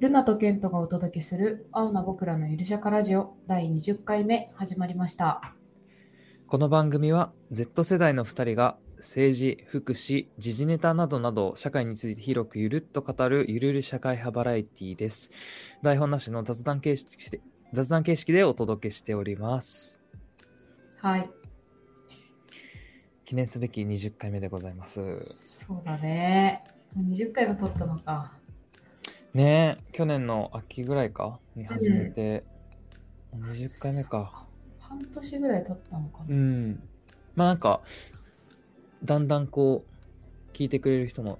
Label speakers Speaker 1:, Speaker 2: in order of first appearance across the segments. Speaker 1: ルナとケントがお届けする青な僕らのゆるしゃかラジオ第20回目始まりました。
Speaker 2: この番組は Z 世代の2人が政治、福祉、時事ネタなどなど社会について広くゆるっと語るゆるゆる社会派バラエティです。台本なしの雑談形式で雑談形式でお届けしております。
Speaker 1: はい、
Speaker 2: 記念すべき20回目でございます。
Speaker 1: そうだね。もう20回も撮ったのか。
Speaker 2: ねえ、去年の秋ぐらいかに始めて、もう20回目か。
Speaker 1: そっ。半年ぐらい撮ったのか
Speaker 2: う
Speaker 1: な。
Speaker 2: ん。まあなんか、だんだんこう、聞いてくれる人も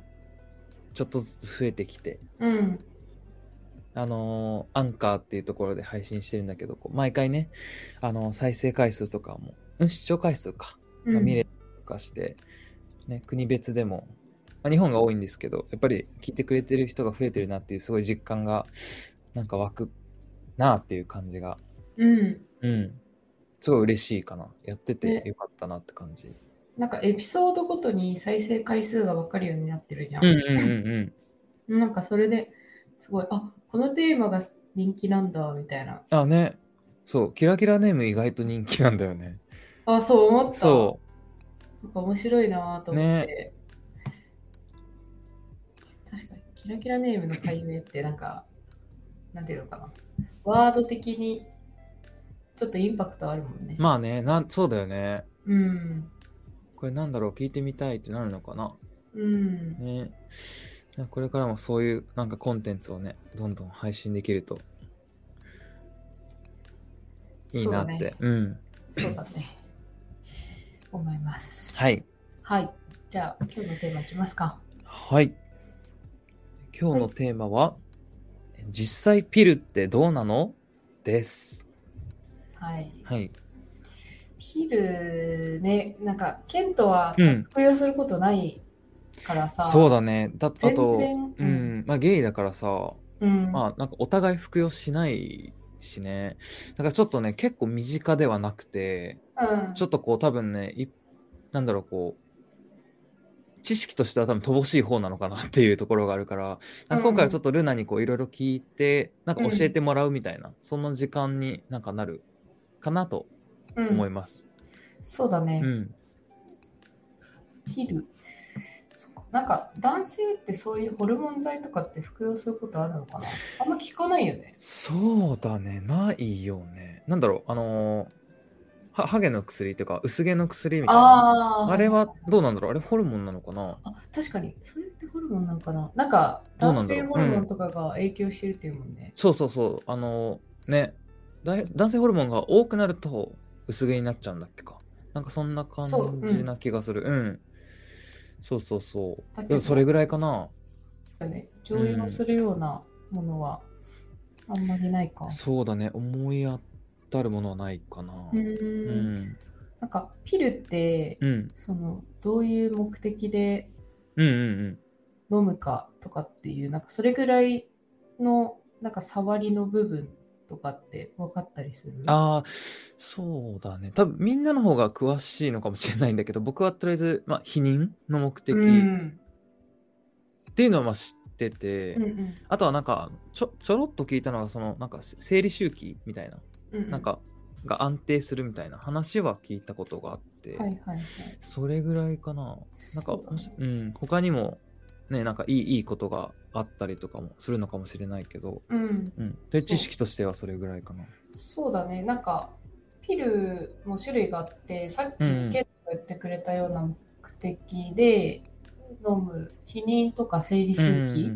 Speaker 2: ちょっとずつ増えてきて、
Speaker 1: うん、
Speaker 2: あのーアンカーっていうところで配信してるんだけど、こう毎回ね、あのー再生回数とかも、うん、視聴回数か、
Speaker 1: うん
Speaker 2: 見れたりとかして、ね、国別でも、まあ、日本が多いんですけど、やっぱり聞いてくれてる人が増えてるなっていう、すごい実感が、なんか湧くなっていう感じが、
Speaker 1: うん。
Speaker 2: うん、すごい嬉しいかな。やってて
Speaker 1: ね
Speaker 2: よかったなって感じ。
Speaker 1: なんかエピソードごとに再生回数が分かるようになってるじゃ
Speaker 2: うんうんうんうん。
Speaker 1: なんかそれですごい、あこのテーマが人気なんだみたいな。
Speaker 2: あ、ね、そう、キラキラネーム意外と人気なんだよね。
Speaker 1: あそう思った。
Speaker 2: そう。
Speaker 1: なんか面白いなと思って。確かに、キラキラネームの解明ってなんか、なんていうのかな。ワード的にちょっとインパクトあるもんね。
Speaker 2: まあね、なんそうだよね。
Speaker 1: うん。
Speaker 2: これなんだろう聞いてみたいってなるのかな
Speaker 1: うん。
Speaker 2: ねなんかこれからもそういうなんかコンテンツをねどんどん配信できるといいなって
Speaker 1: そうう,、ね
Speaker 2: ん
Speaker 1: そうだね。思います。
Speaker 2: は。い
Speaker 1: はい。じゃあ、今日のテーマいきますか。
Speaker 2: はい今日のテーマは、実際ピルってどうなのです
Speaker 1: はい。
Speaker 2: はい
Speaker 1: ピルね、なんか、ケントは
Speaker 2: うん
Speaker 1: 服用することないからさ、
Speaker 2: そうだねだあと
Speaker 1: 全然、
Speaker 2: うん、まあゲイだからさ
Speaker 1: うん、
Speaker 2: まあなんかお互い服用しないしねだからちょっとね結構身近ではなくて
Speaker 1: うん、
Speaker 2: ちょっとこう多分ね、いなんだろう、こう、知識としては多分乏しい方なのかなっていうところがあるから、なんか今回はちょっとルナにこういろいろ聞いて、なんか教えてもらうみたいな、そんな時間になんかなるかなと
Speaker 1: うん
Speaker 2: 思います。
Speaker 1: そうだね
Speaker 2: う、ん。
Speaker 1: ピル。そっかなんか、男性ってそういうホルモン剤とかって服用することあるのかなあんま聞かないよね。
Speaker 2: そうだね、ないよね。なんだろう、あのーはハゲの薬とか薄毛の薬みたいな。
Speaker 1: ああ、
Speaker 2: あれはどうなんだろうあれホルモンなのかな
Speaker 1: あ確かに、それってホルモンなんかななんか、
Speaker 2: どうな
Speaker 1: 男
Speaker 2: んだ
Speaker 1: 性
Speaker 2: ろう
Speaker 1: ホルモンとかが影響してるっていうもんね。
Speaker 2: そうそうそう、あのね、だい男性ホルモンが多くなると薄毛になっちゃうんだっけか。なんかそんな感
Speaker 1: そうう
Speaker 2: じ
Speaker 1: ん
Speaker 2: な気がする。うん。そうそうそう
Speaker 1: だけ。ど
Speaker 2: でもそれぐらいかな。
Speaker 1: ね常用するようなものはあんまりないか。
Speaker 2: そうだね、思い当たるものはないかな。
Speaker 1: うん、
Speaker 2: うんん。
Speaker 1: なんか、ピルって、
Speaker 2: うん。
Speaker 1: そのどういう目的で
Speaker 2: うんうん
Speaker 1: 飲むかとかっていうなんかそれぐらいのなんか触りの部分とかって分かったりする
Speaker 2: うん。ああ、そうだね。多分みんなの方が詳しいのかもしれないんだけど、僕はとりあえず、まあ、避妊の目的
Speaker 1: うん
Speaker 2: っていうのはまあ知ってて、
Speaker 1: うんうん
Speaker 2: あとはなんかちょ、ちょろっと聞いたのが、その、なんか生理周期みたいな。
Speaker 1: うんうん
Speaker 2: なんかが安定するみたいな話は聞いたことがあっ
Speaker 1: は
Speaker 2: て、
Speaker 1: いはいはい
Speaker 2: それぐらいかな。なんか
Speaker 1: そうだね
Speaker 2: もしうん、他にもねなんかいいいいことがあったりとかもするのかもしれないけど、
Speaker 1: うん
Speaker 2: うん、で知識としてはそれぐらいかな。
Speaker 1: そうだねなんかピルも種類があってさっきケ
Speaker 2: うんうん
Speaker 1: ントが言ってくれたような目的で飲む避妊とか生理周期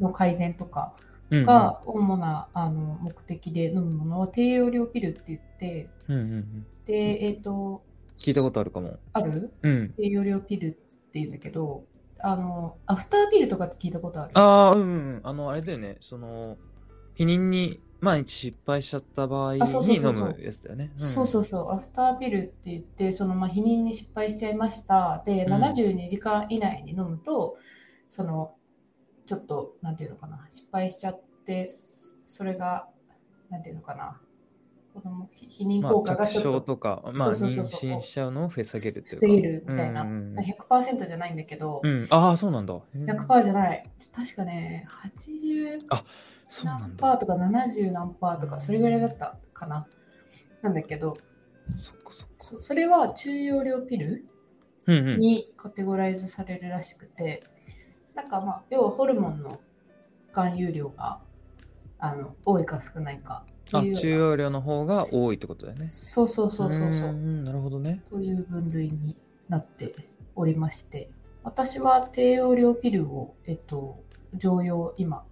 Speaker 1: の改善とか
Speaker 2: うんうん
Speaker 1: が主なあの目的で飲むものは低用量ピルって言って
Speaker 2: うんうんうん、
Speaker 1: でえっ、と
Speaker 2: 聞いたことあるかも。
Speaker 1: ある
Speaker 2: うん、
Speaker 1: 低用量ピルっていうんだけど、あの、アフターピルとかって聞いたことある
Speaker 2: ああうんうんあのあれだよねその避妊に毎日失敗しちゃった場合に
Speaker 1: あそうそうそう
Speaker 2: 飲
Speaker 1: そう
Speaker 2: むやつだよね。ん
Speaker 1: そうそうそう、アフターピルって言って、そのまあ避妊に失敗しちゃいました。で、
Speaker 2: うん
Speaker 1: 72時間以内に飲むと、その、ちょっと、なんていうのかな、失敗しちゃって、それが、なんていうのかな、この避避妊
Speaker 2: ま
Speaker 1: 効果
Speaker 2: あ、
Speaker 1: が
Speaker 2: 着
Speaker 1: ちょっと
Speaker 2: 床とか、まあ、
Speaker 1: そう
Speaker 2: 妊
Speaker 1: そうそうそう
Speaker 2: 娠しちゃうのを防げるっていうか。
Speaker 1: 防げるみたいな、
Speaker 2: うんうんうん
Speaker 1: 100%じゃないんだけど、
Speaker 2: うん、ああ、そうなんだ。へー
Speaker 1: 100%じゃない。確かね、80、
Speaker 2: そうな
Speaker 1: 何
Speaker 2: ん
Speaker 1: パ
Speaker 2: だ
Speaker 1: ーとか70何パーとかそれぐらいだったかななんだけど
Speaker 2: そっかそっか
Speaker 1: そそれは中容量ピル
Speaker 2: うんうん
Speaker 1: にカテゴライズされるらしくてなんかまあ要はホルモンの含有量があの多いか少ないかって
Speaker 2: あ
Speaker 1: いうような
Speaker 2: 中容量の方が多いってことだよね
Speaker 1: そうそうそうそうそう
Speaker 2: ー
Speaker 1: うん
Speaker 2: なるほどね
Speaker 1: という分類になっておりまして私は低用量ピルを、えっと、常用今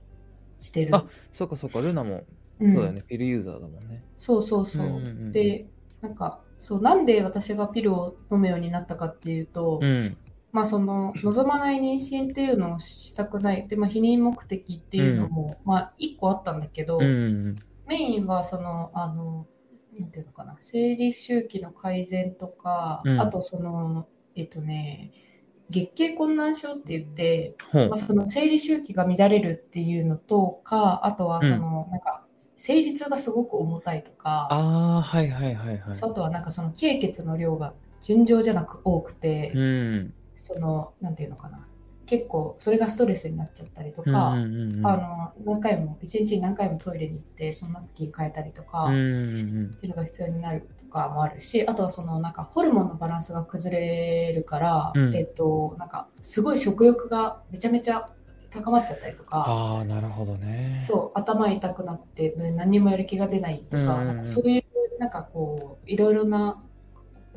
Speaker 1: してる
Speaker 2: あそっかそっかルナも
Speaker 1: うん
Speaker 2: そうだよね、ピルユーザーだもんね
Speaker 1: そうそうそう,、
Speaker 2: うんうんうん
Speaker 1: でなんかそうなんで私がピルを飲むようになったかっていうと、
Speaker 2: うん
Speaker 1: まあその望まない妊娠っていうのをしたくないで、まあ、避妊目的っていうのも、まあ1個あったんだけど、
Speaker 2: うんうん
Speaker 1: メインはそのあのなんていうのかな生理周期の改善とか、
Speaker 2: うん
Speaker 1: あとそのえっとね月経困難症って言って、
Speaker 2: ほう
Speaker 1: まあ、その生理周期が乱れるっていうのとかあとはその、なんか生理痛がすごく重たいとか
Speaker 2: ああはいはいはいはい
Speaker 1: そうあとはなんかその経血の量が尋常じゃなく多くて、
Speaker 2: うん
Speaker 1: そのなんていうのかな結構それがストレスになっちゃったりと
Speaker 2: うん
Speaker 1: か、
Speaker 2: うんうんうん
Speaker 1: あの何回も一日に何回もトイレに行ってそのナプキン変えたりとか、
Speaker 2: うん
Speaker 1: っ
Speaker 2: うん
Speaker 1: ていうのが必要になるとかもあるしあとはそのなんかホルモンのバランスが崩れるから、
Speaker 2: うん
Speaker 1: えっとなんかすごい食欲がめちゃめちゃ高まっちゃったりとか。
Speaker 2: ああなるほどね
Speaker 1: そう頭痛くなってね何にもやる気が出ないとか,、
Speaker 2: うんうんうん
Speaker 1: なんかそういうなんかこういろいろな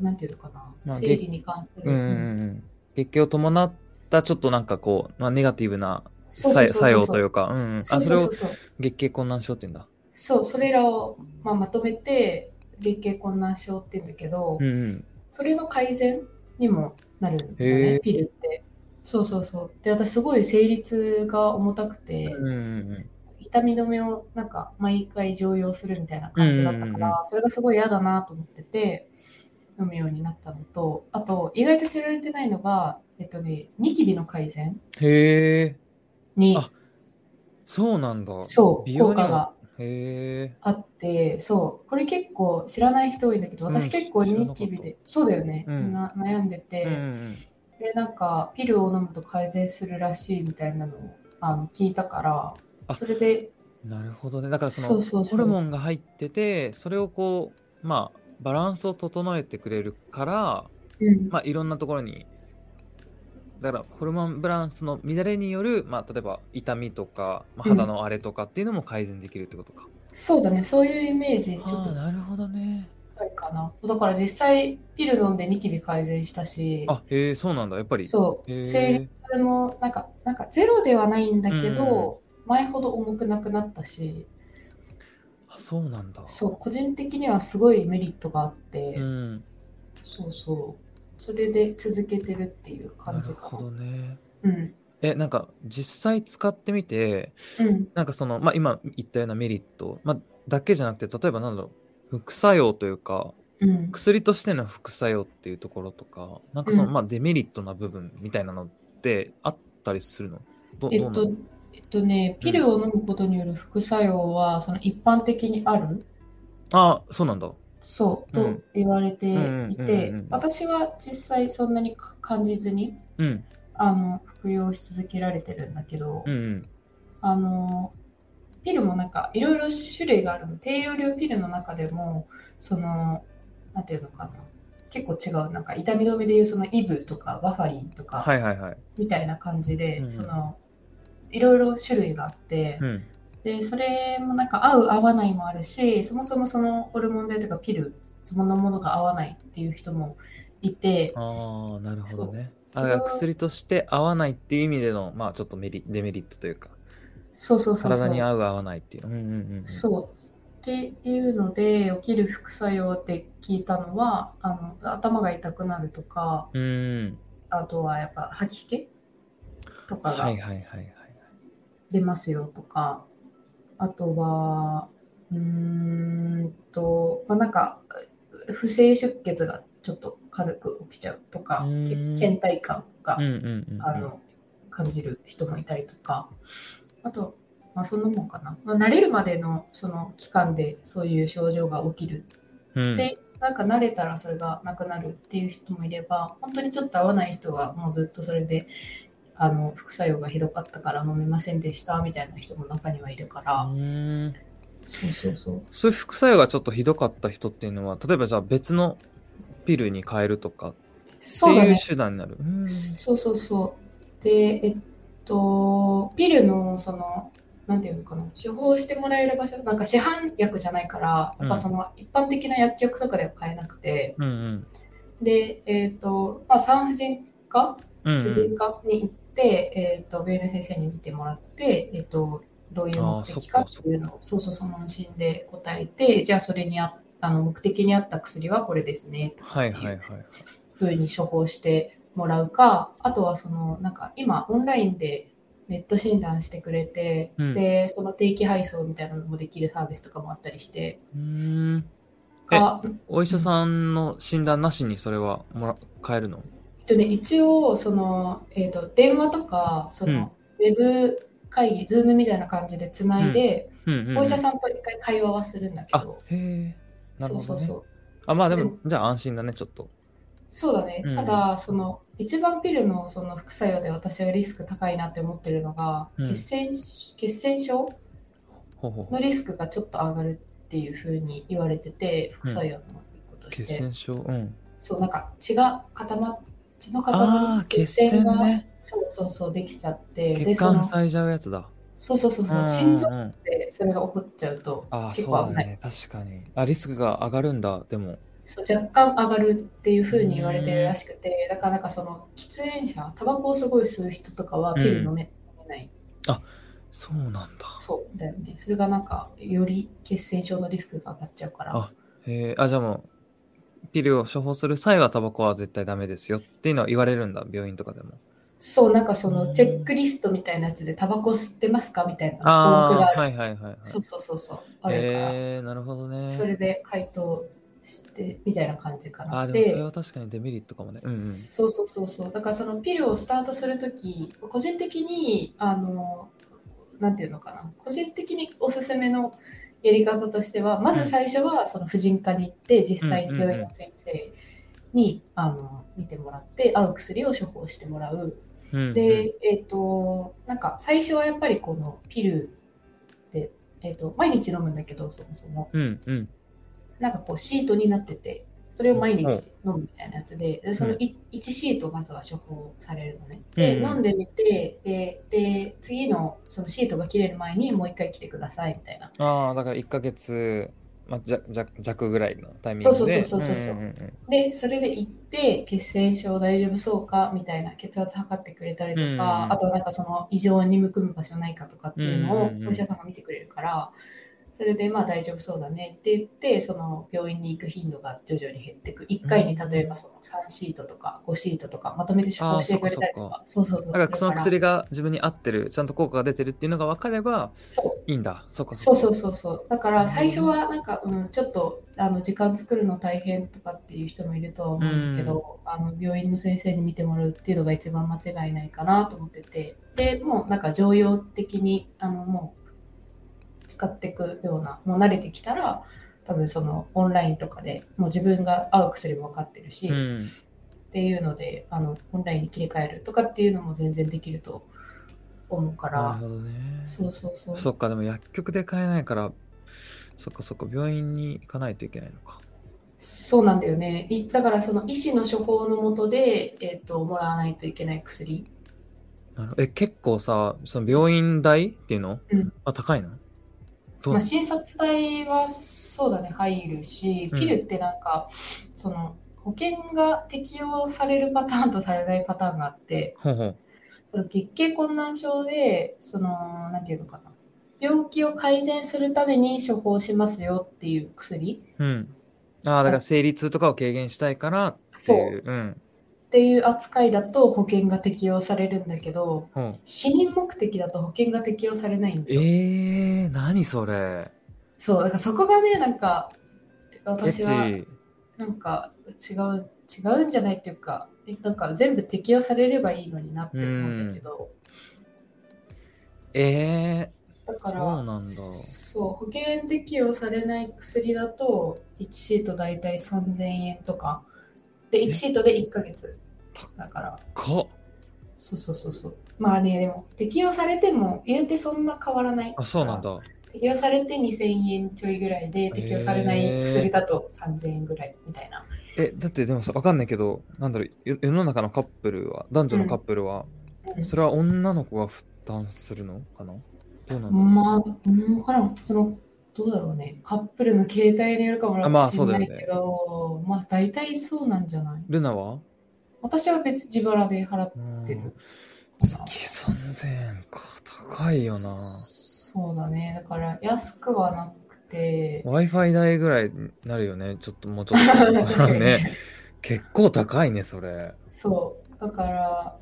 Speaker 1: なんていうのかな、
Speaker 2: まあ
Speaker 1: 生理に関する、
Speaker 2: うんうんうん月経を伴ったちょっとなんかこう、まあ、ネガティブな
Speaker 1: そうそ
Speaker 2: 作
Speaker 1: うそうそ
Speaker 2: 作
Speaker 1: う
Speaker 2: 用というか、うんうん、
Speaker 1: そ
Speaker 2: あ
Speaker 1: う
Speaker 2: そ
Speaker 1: そう
Speaker 2: れ
Speaker 1: そ
Speaker 2: を
Speaker 1: うそう
Speaker 2: 月経困難症って言うんだ。
Speaker 1: そうそれらを、まあ、まとめて月経困難症って言うんだけど、
Speaker 2: うんうん、
Speaker 1: それの改善にもなるんだ
Speaker 2: へえ
Speaker 1: ねピルってそうそうそうで私すごい生理痛が重たくて、
Speaker 2: うんうん
Speaker 1: 痛み止めをなんか毎回常用するみたいな感じだった
Speaker 2: うん
Speaker 1: か
Speaker 2: うんうん
Speaker 1: ら、それがすごい嫌だなと思ってて飲むようになったのとあと意外と知られてないのがえっとねニキビの改善
Speaker 2: うん、へえ、
Speaker 1: に
Speaker 2: あそうなんだ。
Speaker 1: そう
Speaker 2: 美
Speaker 1: 効
Speaker 2: 容に
Speaker 1: 果
Speaker 2: も
Speaker 1: が。
Speaker 2: へえ、
Speaker 1: あってそうこれ結構知らない人多いんだけど
Speaker 2: うん
Speaker 1: 私結構
Speaker 2: 知らなか
Speaker 1: ニ
Speaker 2: った
Speaker 1: キビで、そうだよね、
Speaker 2: うん
Speaker 1: な悩んでて、
Speaker 2: うんうん
Speaker 1: でなんかピルを飲むと改善するらしいみたいなのをあの聞いたか
Speaker 2: あ
Speaker 1: らそれで
Speaker 2: うん、なるほどね。だからその
Speaker 1: そうそうそう
Speaker 2: ホルモンが入ってて、それをこう、まあ、バランスを整えてくれるから、
Speaker 1: うん、
Speaker 2: まあ、いろんなところに、だからホルモンバランスの乱れによる、まあ、例えば痛みとか、まあ、
Speaker 1: うん
Speaker 2: 肌の荒れとかっていうのも改善できるってことか。
Speaker 1: そうだねそういうイメージちょっ
Speaker 2: あ
Speaker 1: と
Speaker 2: あ、なるほどね。
Speaker 1: 近いかなそうだから実際ピル飲んでニキビ改善したし
Speaker 2: あ、へえ、そうなんだ、やっぱり。
Speaker 1: そう
Speaker 2: へえ
Speaker 1: 生理痛もなんかなんかゼロではないんだけど、前ほど重くなくなったし
Speaker 2: あそうなんだ。
Speaker 1: そう個人的にはすごいメリットがあって、
Speaker 2: うん、
Speaker 1: そうそう。それで続けてるっていう感
Speaker 2: な
Speaker 1: じ
Speaker 2: る
Speaker 1: か
Speaker 2: ほどね。
Speaker 1: うん。
Speaker 2: え、なんか実際使ってみて、
Speaker 1: うん。
Speaker 2: なんかその、まあ、今言ったようなメリット、まあ、だけじゃなくて、例えばなんだろう、副作用というか、
Speaker 1: うん。
Speaker 2: 薬としての副作用っていうところとか、なんかその、
Speaker 1: うん
Speaker 2: まあ、デメリットな部分みたいなのってあったりするのど
Speaker 1: え
Speaker 2: どう
Speaker 1: っ
Speaker 2: なの
Speaker 1: と、えっとね、ピルを飲むことによる副作用は、その一般的にある
Speaker 2: あ、そうなんだ。
Speaker 1: そう
Speaker 2: う
Speaker 1: と
Speaker 2: ん
Speaker 1: 言われてい
Speaker 2: うんうんう
Speaker 1: て
Speaker 2: んうんうん、
Speaker 1: 私は実際そんなにか感じずに、
Speaker 2: うん、
Speaker 1: あの、服用し続けられてるんだけど
Speaker 2: う、ん、
Speaker 1: あの、ピルもなんかいろいろ種類があるの。低用量ピルの中でも、その、なんていうのかな。結構違う。なんか痛み止めでいうそのイブとかバファリンとか、
Speaker 2: はいはいはい。
Speaker 1: みたいな感じで、
Speaker 2: うん
Speaker 1: そのいろいろ種類があって、
Speaker 2: うん、
Speaker 1: でそれもなんか合う合わないもあるしそもそもそのホルモン剤とかピルそのものが合わないっていう人もいて
Speaker 2: ああ、なるほどね。
Speaker 1: そ
Speaker 2: あ
Speaker 1: う
Speaker 2: だから薬として合わないっていう意味での、まあ、ちょっとメリデメリットというか、
Speaker 1: そうそうそうそ
Speaker 2: 体に
Speaker 1: う
Speaker 2: 合う合わないっていう。うんうんうんうん。
Speaker 1: そうっていうので起きる副作用って聞いたのはあの頭が痛くなるとか
Speaker 2: うん。
Speaker 1: あとはやっぱ吐き気とか
Speaker 2: はい
Speaker 1: が
Speaker 2: はいはいはい。
Speaker 1: 出ますよとか、あとは、うーんと、まあ、なんか、う不正出血がちょっと軽く起きちゃうとか
Speaker 2: う、
Speaker 1: け
Speaker 2: ーん
Speaker 1: 倦怠感が、
Speaker 2: うんうんうんうん。
Speaker 1: あの感じる人もいたりとか、あと、まあ、そんなもんかな。まあ、慣れるまでのその期間でそういう症状が起きる。
Speaker 2: うん、
Speaker 1: で、なんか慣れたらそれがなくなるっていう人もいれば、本当にちょっと合わない人はもうずっとそれであの副作用がひどかったから飲めませんでしたみたいな人も中にはいるから、
Speaker 2: うん
Speaker 1: そうそうそう
Speaker 2: そういう副作用がちょっとひどかった人っていうのは例えばじゃあ別のピルに変えるとかって
Speaker 1: そうだ
Speaker 2: い
Speaker 1: ね
Speaker 2: う手段になるうん
Speaker 1: そうそうそう。で、えっと、ピルの、その、なんていうのかな、処方してもらえる場所、なんか市販薬じゃないから、
Speaker 2: うん
Speaker 1: やっぱその、一般的な薬局とかでは買えなくて、
Speaker 2: うんうん
Speaker 1: で、えっと、まあ、産婦人科
Speaker 2: うん
Speaker 1: 婦人科に行って、えっと、病院の先生に見てもらって、えっと、どういう目的か
Speaker 2: あー
Speaker 1: っていうのを、そうそうそう、問診で答えて、じゃあそれにああの目的に合った薬はこれですね、
Speaker 2: はいはいはい
Speaker 1: ふうに処方してもらうかあとはそのなんか今オンラインでネット診断してくれて、
Speaker 2: うん
Speaker 1: でその定期配送みたいなのもできるサービスとかもあったりして
Speaker 2: うんえ
Speaker 1: か、え
Speaker 2: お医者さんの診断なしにそれはもら変えるの
Speaker 1: っとね、一応その、えっと電話とかその、ウェブ会議ズームみたいな感じでつないで、
Speaker 2: うんうんうん
Speaker 1: お医者さんと一回会話はするんだけ
Speaker 2: あ
Speaker 1: ど、
Speaker 2: へえなるほど、ね、
Speaker 1: そうそうそう
Speaker 2: あまあで
Speaker 1: で
Speaker 2: も
Speaker 1: も
Speaker 2: じゃあ安心だねちょっと
Speaker 1: そうだね、
Speaker 2: うん
Speaker 1: ただその一番ピルのその副作用で私はリスク高いなって思ってるのが、
Speaker 2: うん
Speaker 1: 血栓し血栓症
Speaker 2: ほうほうほ
Speaker 1: の
Speaker 2: う
Speaker 1: リスクがちょっと上がるっていうふうに言われてて副作用の一個とし
Speaker 2: 血
Speaker 1: て、
Speaker 2: 栓症うん
Speaker 1: そうなんか血が固まっ血の
Speaker 2: あ
Speaker 1: 塊
Speaker 2: あ血栓
Speaker 1: が、
Speaker 2: ね
Speaker 1: そうそうそうできちゃってで
Speaker 2: 血
Speaker 1: そ
Speaker 2: 管
Speaker 1: の
Speaker 2: 塞いじゃうやつだ
Speaker 1: そうそうそうそう
Speaker 2: うんうん
Speaker 1: 心臓
Speaker 2: うん
Speaker 1: でそれが起こっちゃうと
Speaker 2: ああ
Speaker 1: 結
Speaker 2: そう
Speaker 1: 構
Speaker 2: だ
Speaker 1: 危ない
Speaker 2: ね確かにあリスクが上がるんだでも
Speaker 1: そう若干上がるっていうふうに言われてるらしくてだからなんかその喫煙者タバコをすごい吸う人とかはピル飲め,、飲めない
Speaker 2: そうなんだ
Speaker 1: そうだよねそれがなんかより血栓症のリスクが上がっちゃうから
Speaker 2: あへえあじゃあもうピルを処方する際はタバコは絶対ダメですよっていうのは言われるんだ病院とかでも
Speaker 1: そう、なんかそ
Speaker 2: うん
Speaker 1: のチェックリストみたいなやつで、タバコ吸ってますかみたいな項目が
Speaker 2: あ
Speaker 1: あ
Speaker 2: あ
Speaker 1: る。
Speaker 2: はいはいはいはい
Speaker 1: そうそうそうそう、あるから、
Speaker 2: えー、なるほどね
Speaker 1: それで回答してみたいな感じかな。
Speaker 2: あーでもそれは確かにデメリットかもねうんうん
Speaker 1: そうそうそうそう、だからそのピルをスタートするとき、個人的に、あの、なんていうのかな、個人的におすすめのやり方としては、まず最初はその婦人科に行って、実際に病院の先生に、あの見てもらって、合う薬を処方してもらう。
Speaker 2: うんうん
Speaker 1: で、えっ、と、なんか最初はやっぱりこのピルで、えっ、と、毎日飲むんだけど、そもそも、
Speaker 2: うんうん
Speaker 1: なんかこうシートになってて、それを毎日飲むみたいなやつで、でそのい1シートまずは処方されるのね。で、
Speaker 2: うん
Speaker 1: 飲んでみて、で、で次のそのシートが切れる前にもう一回来てくださいみたいな。
Speaker 2: ああだから1ヶ月、まあ、じゃじゃ弱ぐらいのタイミング
Speaker 1: そ
Speaker 2: で
Speaker 1: うそうそうそうそう
Speaker 2: うんうんうん
Speaker 1: で、それで行って、血栓症大丈夫そうかみたいな血圧測ってくれたりと
Speaker 2: うんうん
Speaker 1: か、あとはなんかその異常にむくむ場所ないかとかっていうの
Speaker 2: う
Speaker 1: を
Speaker 2: んうんうん
Speaker 1: お医者さんが見てくれるから、それでまあ大丈夫そうだねって言って、その病院に行く頻度が徐々に減っていく。1回に例えばその3シートとか5シートとかまとめて処方してくれたりとか、そうそうそう。
Speaker 2: だからその
Speaker 1: する
Speaker 2: 薬が自分に合ってるちゃんと効果が出てるっていうのが分かれば
Speaker 1: らそう
Speaker 2: いいんだそうか
Speaker 1: そう
Speaker 2: う
Speaker 1: そうそうそうだから最初はなんか、うん、ちょっとあの時間作るの大変とかっていう人もいるとは思うんだけど、あの病院の先生に見てもらうっていうのが一番間違いないかなと思っててでもうなんか常用的にあのもう使っていくようなもう慣れてきたら多分そのオンラインとかでもう自分が合う薬も分かってるし、
Speaker 2: う
Speaker 1: っ
Speaker 2: ん、
Speaker 1: ていうのであのオンラインに切り替えるとかっていうのも全然できると思うか
Speaker 2: なる
Speaker 1: ら、
Speaker 2: ほどね
Speaker 1: そうそうそう
Speaker 2: そっかでも薬局で買えないからそっかそっか病院に行かないといけないのか
Speaker 1: そうなんだよね。いだからその医師の処方のもとで、えっともらわないといけない薬。
Speaker 2: なるえ結構さその病院代っていうの、
Speaker 1: うん
Speaker 2: あ高いのど
Speaker 1: まあ、
Speaker 2: うなの
Speaker 1: 診察代はそうだね入るし
Speaker 2: うん
Speaker 1: ピルってなんか、その保険が適用されるパターンとされないパターンがあって
Speaker 2: ほうほう
Speaker 1: その月経困難症でそのなんていうのかな病気を改善するために処方しますよっていう薬
Speaker 2: うんああだから生理痛とかを軽減したいからっていううん
Speaker 1: っていう扱いだと保険が適用されるんだけど
Speaker 2: ほう
Speaker 1: 避妊目的だと保険が適用されないんだよ。
Speaker 2: えー、何それ
Speaker 1: そう、だからそこがね、なんか、
Speaker 2: ケ
Speaker 1: 私
Speaker 2: チ
Speaker 1: は、なんか、違う、違うんじゃないっていうか、えなんか全部適用されればいいのになって思うんだけど、
Speaker 2: え
Speaker 1: だから、
Speaker 2: そうなんだ
Speaker 1: そう、保険適用されない薬だと、1シート大体3000円とか、で、
Speaker 2: え
Speaker 1: 1シートで1ヶ月。だから
Speaker 2: ー、、か
Speaker 1: そうそうそうそう。まあね、でも、適用されても、言うてそんな変わらない。
Speaker 2: あ、そうなん。だ。
Speaker 1: 適用されて2000円ちょいぐらいで、適用されない薬だと3000円ぐらいみたいな。
Speaker 2: え、だってでもさ、わかんないけど、なんだろう、よ世の中のカップルは、男女のカップルは、
Speaker 1: うん
Speaker 2: それは女の子が負担するのかなどうなんだろう
Speaker 1: まあ、うん、わからん。その、どうだろうね。カップルの携帯によるかも
Speaker 2: あまあ
Speaker 1: しれないけど、まあ、大体そうなんじゃない
Speaker 2: ルナは
Speaker 1: 私は別自腹で払っ
Speaker 2: うん
Speaker 1: て
Speaker 2: 月
Speaker 1: る。
Speaker 2: 3000円か。高いよな。
Speaker 1: そうだね。だから、安くはなくて、
Speaker 2: Wi-Fi 代ぐらいになるよね。ちょっともうちょっ
Speaker 1: 確
Speaker 2: と。
Speaker 1: かに
Speaker 2: ね。結構高いね、それ。
Speaker 1: そう。だから、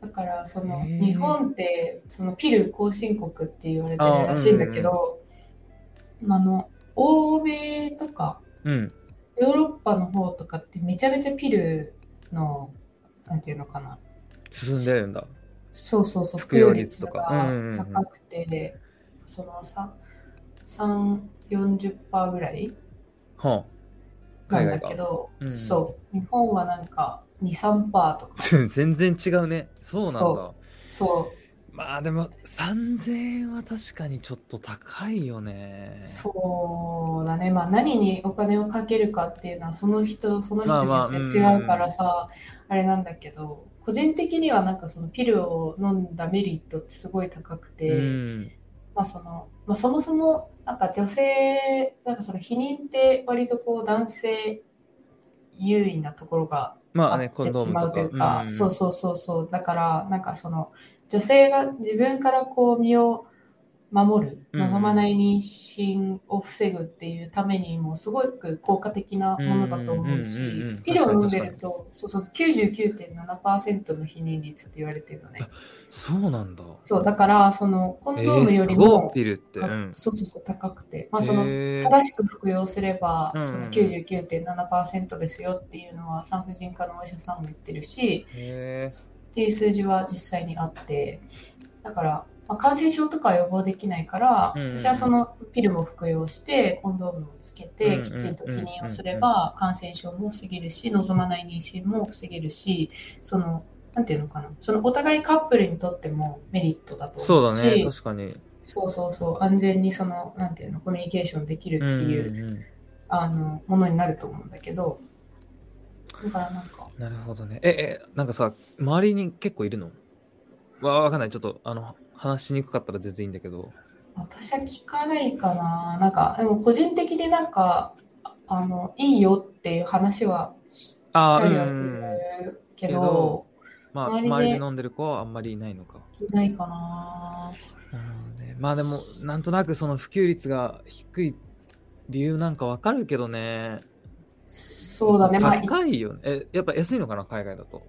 Speaker 1: だから、その、
Speaker 2: へえ
Speaker 1: 日本って、その、ピル後進国って言われてるらしいんだけど、あの、欧米とか、
Speaker 2: うん。
Speaker 1: ヨーロッパの方とかってめちゃめちゃピルの、なんていうのかな。
Speaker 2: 進んでるんだ。
Speaker 1: そうそうそう、
Speaker 2: 服用率とか
Speaker 1: 服用
Speaker 2: うんうん
Speaker 1: 率
Speaker 2: う
Speaker 1: が
Speaker 2: ん
Speaker 1: 高くて、そのさ、3、40%ぐらい
Speaker 2: は
Speaker 1: な
Speaker 2: 海
Speaker 1: ん
Speaker 2: 外
Speaker 1: だ
Speaker 2: が
Speaker 1: けど、
Speaker 2: うん
Speaker 1: そう、日本はなんか2、3%とか、
Speaker 2: あ、 全然違うね。そうなんだ
Speaker 1: そ。そ
Speaker 2: まあでも3000円は確かにちょっと高いよね
Speaker 1: う、。そうだね。まあ何にお金をかけるかっていうのは、その人、その人
Speaker 2: まあまあ
Speaker 1: によって違うからさ、あれなんだけど、個人的にはなんかそのピルを飲んだメリットってすごい高くて、
Speaker 2: うん。
Speaker 1: まあそのまあ、そもそもなんか女性なんかその避妊って割とこう男性優位なところが
Speaker 2: ま
Speaker 1: あ
Speaker 2: あ
Speaker 1: っ
Speaker 2: ね、
Speaker 1: て
Speaker 2: コンドー
Speaker 1: し
Speaker 2: ム
Speaker 1: まうとい
Speaker 2: と
Speaker 1: う
Speaker 2: か
Speaker 1: か。
Speaker 2: ん
Speaker 1: そうそうそうそうだからなんかその女性が自分からこう身を守る
Speaker 2: うん
Speaker 1: 望まない妊娠を防ぐっていうためにもすごく効果的なものだと思うし
Speaker 2: うんうんうんうん
Speaker 1: ピルを飲んでるとそうそう99.7%の避妊率って言われてるのね
Speaker 2: そうなんだ。
Speaker 1: そうだからそのコン
Speaker 2: え
Speaker 1: ドーム
Speaker 2: ー、
Speaker 1: よ
Speaker 2: す
Speaker 1: り
Speaker 2: ご
Speaker 1: も
Speaker 2: いピルって。う
Speaker 1: か
Speaker 2: ん。
Speaker 1: そうそうそう高くて、まあ、その
Speaker 2: へー
Speaker 1: 正しく服用すれば、
Speaker 2: うんうん
Speaker 1: その99.7%ですよっていうのは産婦人科のお医者さんも言ってるし
Speaker 2: へ
Speaker 1: っていう数字は実際にあってだから、まあ、感染症とかは予防できないから、
Speaker 2: うんうんうん
Speaker 1: 私はそのピルも服用してコンドームをつけ
Speaker 2: うん
Speaker 1: て、
Speaker 2: うんうんうん
Speaker 1: きちんと避妊をすれば感染症も防げるし望まない妊娠も防げるしそのなんていうのかなそのお互いカップルにとってもメリットだと
Speaker 2: ーそう
Speaker 1: 思う
Speaker 2: だ
Speaker 1: し
Speaker 2: ね、確かに。
Speaker 1: そうそうそう、安全にその、なんていうの、コミュニケーションできるって
Speaker 2: うんうん
Speaker 1: いう、
Speaker 2: うん
Speaker 1: あの、ものになると思うんだけど、だからなんか、
Speaker 2: なるほどね。え、え、なんかさ、周りに結構いるのわ、わかんない。ちょっと、あの、話しにくかったら全然いいんだけど。
Speaker 1: 私は聞かないかな、なんか、でも個人的になんか、ああの、いいよっていう話はしし
Speaker 2: あー
Speaker 1: たりはす
Speaker 2: うんうん
Speaker 1: るけ
Speaker 2: け
Speaker 1: ど
Speaker 2: ど、まあ、
Speaker 1: 周りで
Speaker 2: 周りで飲んでる子はあんまりいないのか。
Speaker 1: いないかな。
Speaker 2: なるほどねまあでも、なんとなくその普及率が低い理由なんかわかるけどね。
Speaker 1: そうだね、まあ、
Speaker 2: 高いよね。え、やっぱ安いのかな、海外だと。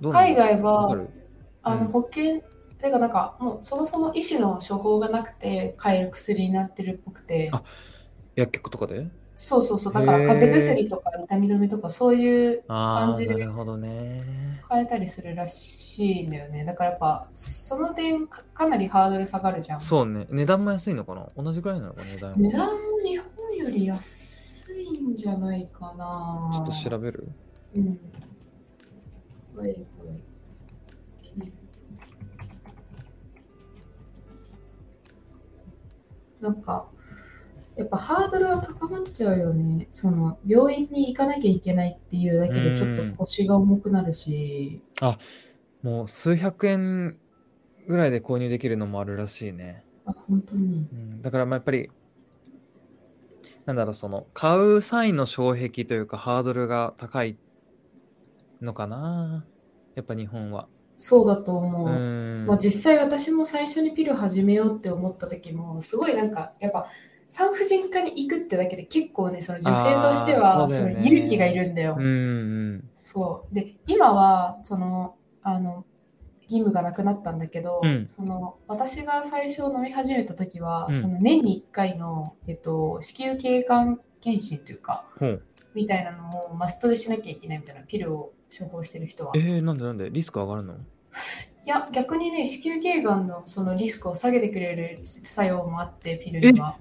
Speaker 2: どうなの
Speaker 1: 海外
Speaker 2: わか
Speaker 1: は、
Speaker 2: る
Speaker 1: あ
Speaker 2: うん
Speaker 1: の保険、てかなんか、もうそもそも医師の処方がなくて、買える薬になってるっぽくて。
Speaker 2: あ薬局とかで
Speaker 1: そうそうそう、だから風邪薬とか痛み止めとかそういう
Speaker 2: あ
Speaker 1: 感
Speaker 2: あ、
Speaker 1: じ
Speaker 2: な
Speaker 1: で
Speaker 2: るほどね。
Speaker 1: 変えたりするらしいんだよね。だからやっぱその点かかなりハードル下がるじゃん。
Speaker 2: そうね。値段も安いのかな同じくらいなのかな、値段も
Speaker 1: 値。段も日本より安いんじゃないかな。
Speaker 2: ちょっと調べる
Speaker 1: うん。はいはいなんか、やっぱハードルは高まっちゃうよね。その、病院に行かなきゃいけないっていうだけでちょっと腰が重くなるし、
Speaker 2: もう数百円ぐらいで購入できるのもあるらしいね。
Speaker 1: あ本当に。
Speaker 2: うん、だからまあやっぱり、なんだろう、その、買う際の障壁というかハードルが高いのかな。やっぱ日本は。
Speaker 1: そうだと
Speaker 2: う
Speaker 1: 思う。
Speaker 2: ん。
Speaker 1: まあ、実際私も最初にピル始めようって思った時もすごいなんかやっぱ産婦人科に行くってだけで結構ねその女性として
Speaker 2: あー
Speaker 1: は
Speaker 2: そう
Speaker 1: そ
Speaker 2: だよ
Speaker 1: の
Speaker 2: ね
Speaker 1: 勇気がいるんだよ。
Speaker 2: うんうん。
Speaker 1: そうで今はそのあの義務がなくなったんだけど、
Speaker 2: うん
Speaker 1: その私が最初飲み始めた時は、
Speaker 2: うん
Speaker 1: その年に1回の、えっと、子宮頸がん検診というか
Speaker 2: ほう。
Speaker 1: みたいなのをマストでしなきゃいけないみたいなピルを処方してる人は
Speaker 2: えー、なんでなんでリスク上がるの
Speaker 1: いや、逆にね、子宮頸がんのそのリスクを下げてくれる作用もあって、ピルには。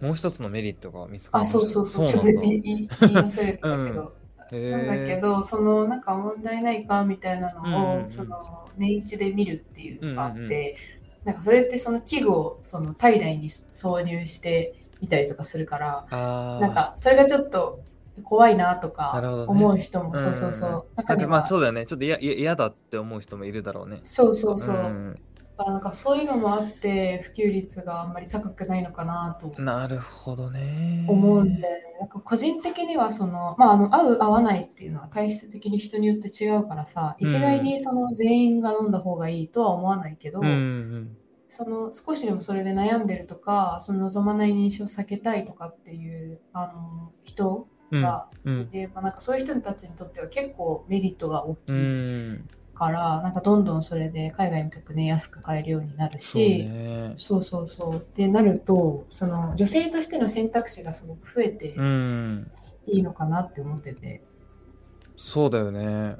Speaker 2: もう一つのメリットが見つか
Speaker 1: あ、
Speaker 2: りました
Speaker 1: そうそうそう、ちょ
Speaker 2: そ
Speaker 1: っと
Speaker 2: うなんだ。
Speaker 1: 言い言い忘れてたけど、なんだけ
Speaker 2: へえ。
Speaker 1: ど、そのなんか問題ないかみたいなのを、
Speaker 2: うんうん
Speaker 1: その年一で見るっていうのがあって、なんかそれってその器具をその体内に挿入してみたりとかするから、
Speaker 2: ああ。
Speaker 1: なんかそれがちょっと怖いなと
Speaker 2: な
Speaker 1: か
Speaker 2: るほどね
Speaker 1: 思う人も、
Speaker 2: うんうん
Speaker 1: そ
Speaker 2: う
Speaker 1: うそ
Speaker 2: ん
Speaker 1: うそう、
Speaker 2: な
Speaker 1: 中
Speaker 2: ん
Speaker 1: に
Speaker 2: か
Speaker 1: は、
Speaker 2: まあそうだよね。ちょっといやいや嫌だって思う人もいるだろうね。
Speaker 1: そうそうそう、
Speaker 2: うん
Speaker 1: だからなんかそういうのもあって普及率があんまり高くないのかなと
Speaker 2: なるほどね。
Speaker 1: 思うんで、なんか個人的にはその、まあ、あの合う合わないっていうのは体質的に人によって違うからさ
Speaker 2: うん
Speaker 1: 一概にその全員が飲んだ方がいいとは思わないけど、
Speaker 2: うんうん。
Speaker 1: その少しでもそれで悩んでるとかその望まない認証を避けたいとかっていうあの人
Speaker 2: うん。
Speaker 1: が、
Speaker 2: うん。
Speaker 1: でまあ、なんかそういう人たちにとっては結構メリットが大
Speaker 2: う
Speaker 1: きい
Speaker 2: ん。
Speaker 1: から、なんかどんどんそれで海外みたくね安く買えるようになるし。
Speaker 2: そうね。
Speaker 1: そうそうそうってなるとその女性としての選択肢がすごく増えて
Speaker 2: うん。
Speaker 1: いいのかなって思ってて、
Speaker 2: そうだよね。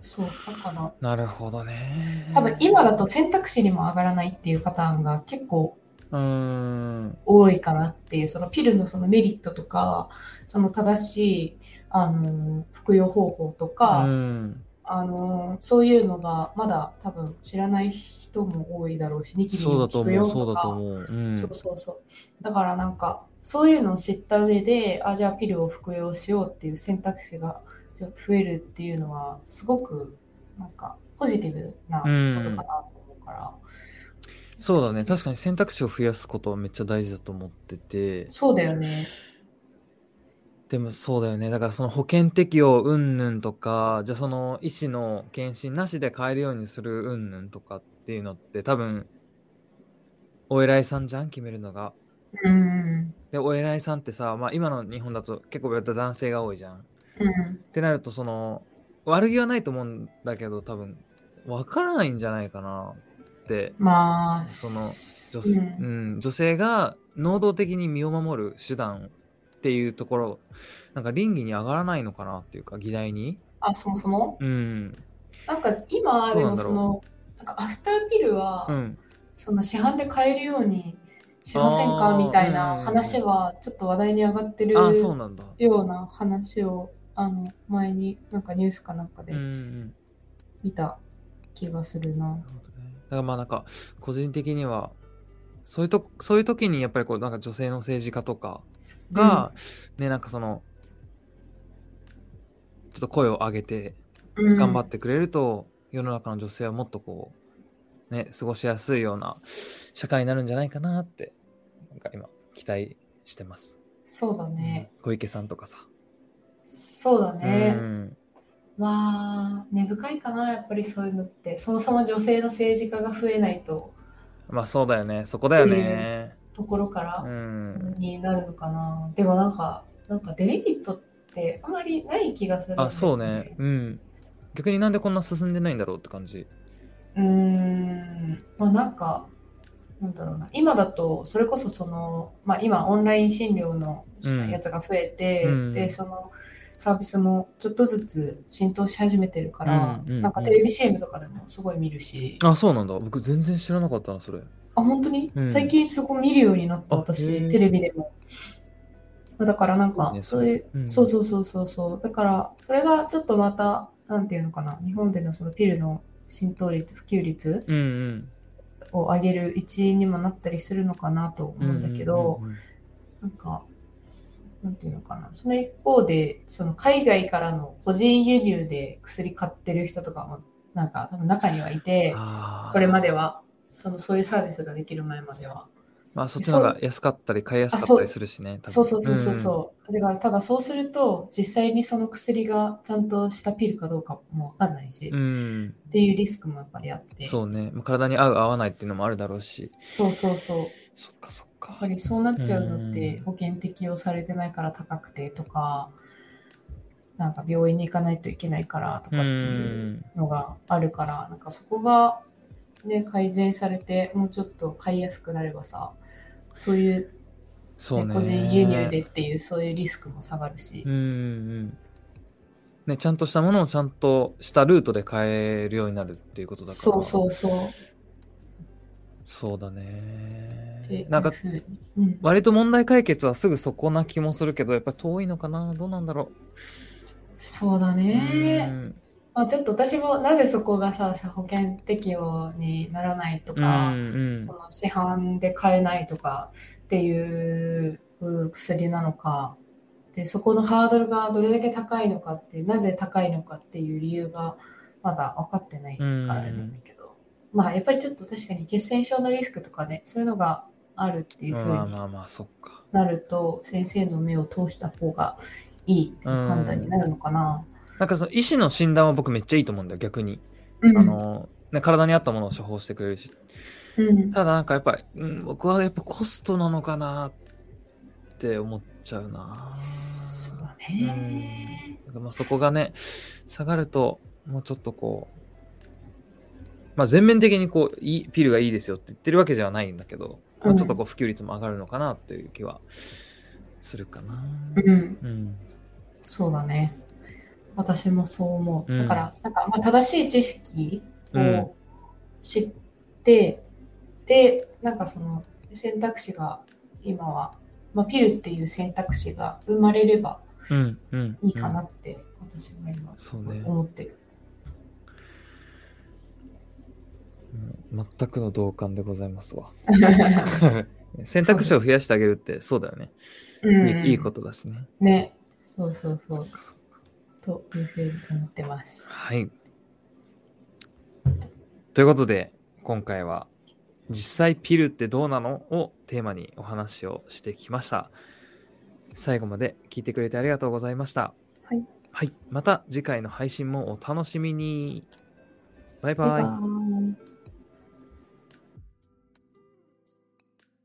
Speaker 1: そうだから
Speaker 2: なるほどね。
Speaker 1: 多分今だと選択肢にも上がらないっていうパターンが結構
Speaker 2: うん。
Speaker 1: 多いかなっていうそのピルのそのメリットとかその正しいあの服用方法とか、
Speaker 2: うん。
Speaker 1: あのそういうのがまだ多分知らない人も多いだろうしニキビに
Speaker 2: そう
Speaker 1: も
Speaker 2: だと
Speaker 1: 効く
Speaker 2: 思
Speaker 1: よ
Speaker 2: う。そう
Speaker 1: と
Speaker 2: だ
Speaker 1: か
Speaker 2: と思う。うん。
Speaker 1: そうそうそう。だからなんか、そういうのを知った上で、あ、じゃあピルを服用しようっていう選択肢がじゃあ増えるっていうのは、すごく、なんか、ポジティブなことかなと思うから、
Speaker 2: そうだね。確かに選択肢を増やすことはめっちゃ大事だと思ってて。
Speaker 1: そうだよね。
Speaker 2: でもそうだよね。だからその保険適用云々とか、じゃあその医師の検診なしで買えるようにする云々とかっていうのって多分、お偉いさんじゃん決めるのが。
Speaker 1: うん。
Speaker 2: で、お偉いさんってさ、まあ今の日本だと結構やった男性が多いじゃん。っ
Speaker 1: うん。
Speaker 2: てなるとその、悪気はないと思うんだけど多分、わからないんじゃないかなって。
Speaker 1: まあ、
Speaker 2: その女,、
Speaker 1: う
Speaker 2: うん
Speaker 1: ん、
Speaker 2: 女性が能動的に身を守る手段っていうところなんか倫理に上がらないのかなっていうか議題に
Speaker 1: あ、そもそも
Speaker 2: うん
Speaker 1: なんか今、
Speaker 2: どう
Speaker 1: で
Speaker 2: な
Speaker 1: も
Speaker 2: んだろ
Speaker 1: そうの、なんかアフターピルは、
Speaker 2: うん
Speaker 1: その市販で買えるようにしません
Speaker 2: あ
Speaker 1: か
Speaker 2: ー
Speaker 1: みたい
Speaker 2: うん
Speaker 1: な
Speaker 2: うん
Speaker 1: 話は、ちょっと話題に上がってる
Speaker 2: ああそうなんだ
Speaker 1: ような話をあの前になんかニュースかなんか
Speaker 2: う
Speaker 1: で
Speaker 2: んうんな
Speaker 1: 見た気がするな
Speaker 2: る。ほどねだからまあなんか個人的にはそういうとそういう時にやっぱりこうなんか女性の政治家とかが、ねなんかそのちょっと声を上げて
Speaker 1: うん、
Speaker 2: 頑張ってくれると、世の中の女性はもっとこうね過ごしやすいような社会になるんじゃないかなってなんか今期待してます、
Speaker 1: そうだね。
Speaker 2: うん小池さんとかさ、
Speaker 1: そうだね
Speaker 2: う。ん
Speaker 1: まあ、根深いかな、やっぱりそういうのって。そもそも女性の政治家が増えないと、
Speaker 2: まあそうだよねそこだよね
Speaker 1: ところか
Speaker 2: う
Speaker 1: ら
Speaker 2: ん、
Speaker 1: になるのかな。でもなんか、なんかデメリットってあまりない気がするんだよ、
Speaker 2: あそうねうん逆になんでこんな進んでないんだろうって感じ
Speaker 1: うーんまあなんかなんだろうな今だとそれこそその、まあ、今オンライン診療の
Speaker 2: うん
Speaker 1: やつが増えて、
Speaker 2: うん
Speaker 1: でそのサービスもちょっとずつ浸透し始めてるから、
Speaker 2: うんうん
Speaker 1: なんかテレビ CM とかでもすごい見るし、
Speaker 2: あそうなんだ僕全然知らなかったなそれ
Speaker 1: あ本当に、
Speaker 2: うん
Speaker 1: 最近すごい見るようになった
Speaker 2: あへ
Speaker 1: 私
Speaker 2: ー
Speaker 1: テレビでもだからなん
Speaker 2: いい
Speaker 1: か
Speaker 2: ね
Speaker 1: そういう
Speaker 2: うん
Speaker 1: そうそうそうそうそうだからそれがちょっとまたなんていうのかな日本でのそのピルの浸透率普及率、
Speaker 2: うんうん
Speaker 1: を上げる一因にもなったりするのかなと思うんだけど、
Speaker 2: うんうん
Speaker 1: なんかなんていうのかなその一方でその海外からの個人輸入で薬買ってる人とかもなんか多分中にはいて
Speaker 2: うんあー
Speaker 1: これまではそのそういうサービスができる前までは
Speaker 2: まあそっちの方が安かったり買いやすかったりするしね多分
Speaker 1: そうそうそうそうそうだからただそうすると実際にその薬がちゃんとしたピルかどうかもわかんないし、
Speaker 2: うん、うん
Speaker 1: っていうリスクもやっぱりあって
Speaker 2: そうねまあ体に合う合わないっていうのもあるだろうし
Speaker 1: そうそうそう
Speaker 2: そっかそっ
Speaker 1: やっ
Speaker 2: か
Speaker 1: ぱりそうなっちゃうのっ
Speaker 2: う
Speaker 1: て
Speaker 2: ん
Speaker 1: 保険適用されてないから高くてとかなんか病院に行かないといけないからとか
Speaker 2: う
Speaker 1: っていうんのがあるからなんかそこが、ね、改善されてもうちょっと買いやすくなればさそういう、
Speaker 2: そ
Speaker 1: ね
Speaker 2: うね
Speaker 1: 個人輸入でっていうそういうリスクも下がるし
Speaker 2: うん、うんねちゃんとしたものをちゃんとしたルートで買えるようになるっていうことだから
Speaker 1: そうそうそう
Speaker 2: そうだね
Speaker 1: っていう
Speaker 2: なんか
Speaker 1: ふうにうん、
Speaker 2: 割と問題解決はすぐそこな気もするけどやっぱり遠いのかなどうなんだろ
Speaker 1: そうだ
Speaker 2: う
Speaker 1: ね。
Speaker 2: ん
Speaker 1: まあ、ちょっと私もなぜそこがさ、保険適用にならないとか、
Speaker 2: うん
Speaker 1: その市販で買えないとかっていううん薬なのかでそこのハードルがどれだけ高いのかってなぜ高いのかっていう理由がまだ分かってないからあれなんだけど、まあやっぱりちょっと確かに血栓症のリスクとかねそういうのがあるっていうふ
Speaker 2: まあ
Speaker 1: うに
Speaker 2: まあまあ、そっか。
Speaker 1: なると先生の目を通した方がいいっていう判断になるのかな。
Speaker 2: なんかその医師の診断は僕めっちゃいいと思うんだよ、逆に。
Speaker 1: うん
Speaker 2: あの、ね、体に合ったものを処方してくれるし。
Speaker 1: うん
Speaker 2: ただなんかやっぱり、うん、僕はやっぱコストなのかなって思っちゃうな。
Speaker 1: そうだ
Speaker 2: うん
Speaker 1: ね。
Speaker 2: なんかまあそこがね、下がると、もうちょっとこう、まあ全面的にこう、いいピルがいいですよって言ってるわけじゃないんだけど、まあ、ちょっとこう普及率も上がるのかなという気はするかな。
Speaker 1: うん
Speaker 2: うん。
Speaker 1: そうだね。私もそう思う。
Speaker 2: うん
Speaker 1: だから、なんか、まあ、正しい知識
Speaker 2: うん
Speaker 1: を知って、で、なんかその選択肢が今は、まあ、ピルっていう選択肢が生まれれば
Speaker 2: うん。うん。
Speaker 1: いいかな
Speaker 2: うん。
Speaker 1: って、私は今
Speaker 2: そうね。
Speaker 1: 思って る。
Speaker 2: うん全くの同感でございますわ。選択肢を増やしてあげるってそうだよね。
Speaker 1: うん
Speaker 2: いいいいことだしね。
Speaker 1: と。ね。そうそうそう。
Speaker 2: そっか
Speaker 1: というふうに思ってます。
Speaker 2: はい。ということで、今回は実際ピルってどうなのをテーマにお話をしてきました。最後まで聞いてくれてありがとうございました。
Speaker 1: はい。
Speaker 2: はい。また次回の配信もお楽しみに。バイバイ。
Speaker 1: バイバイ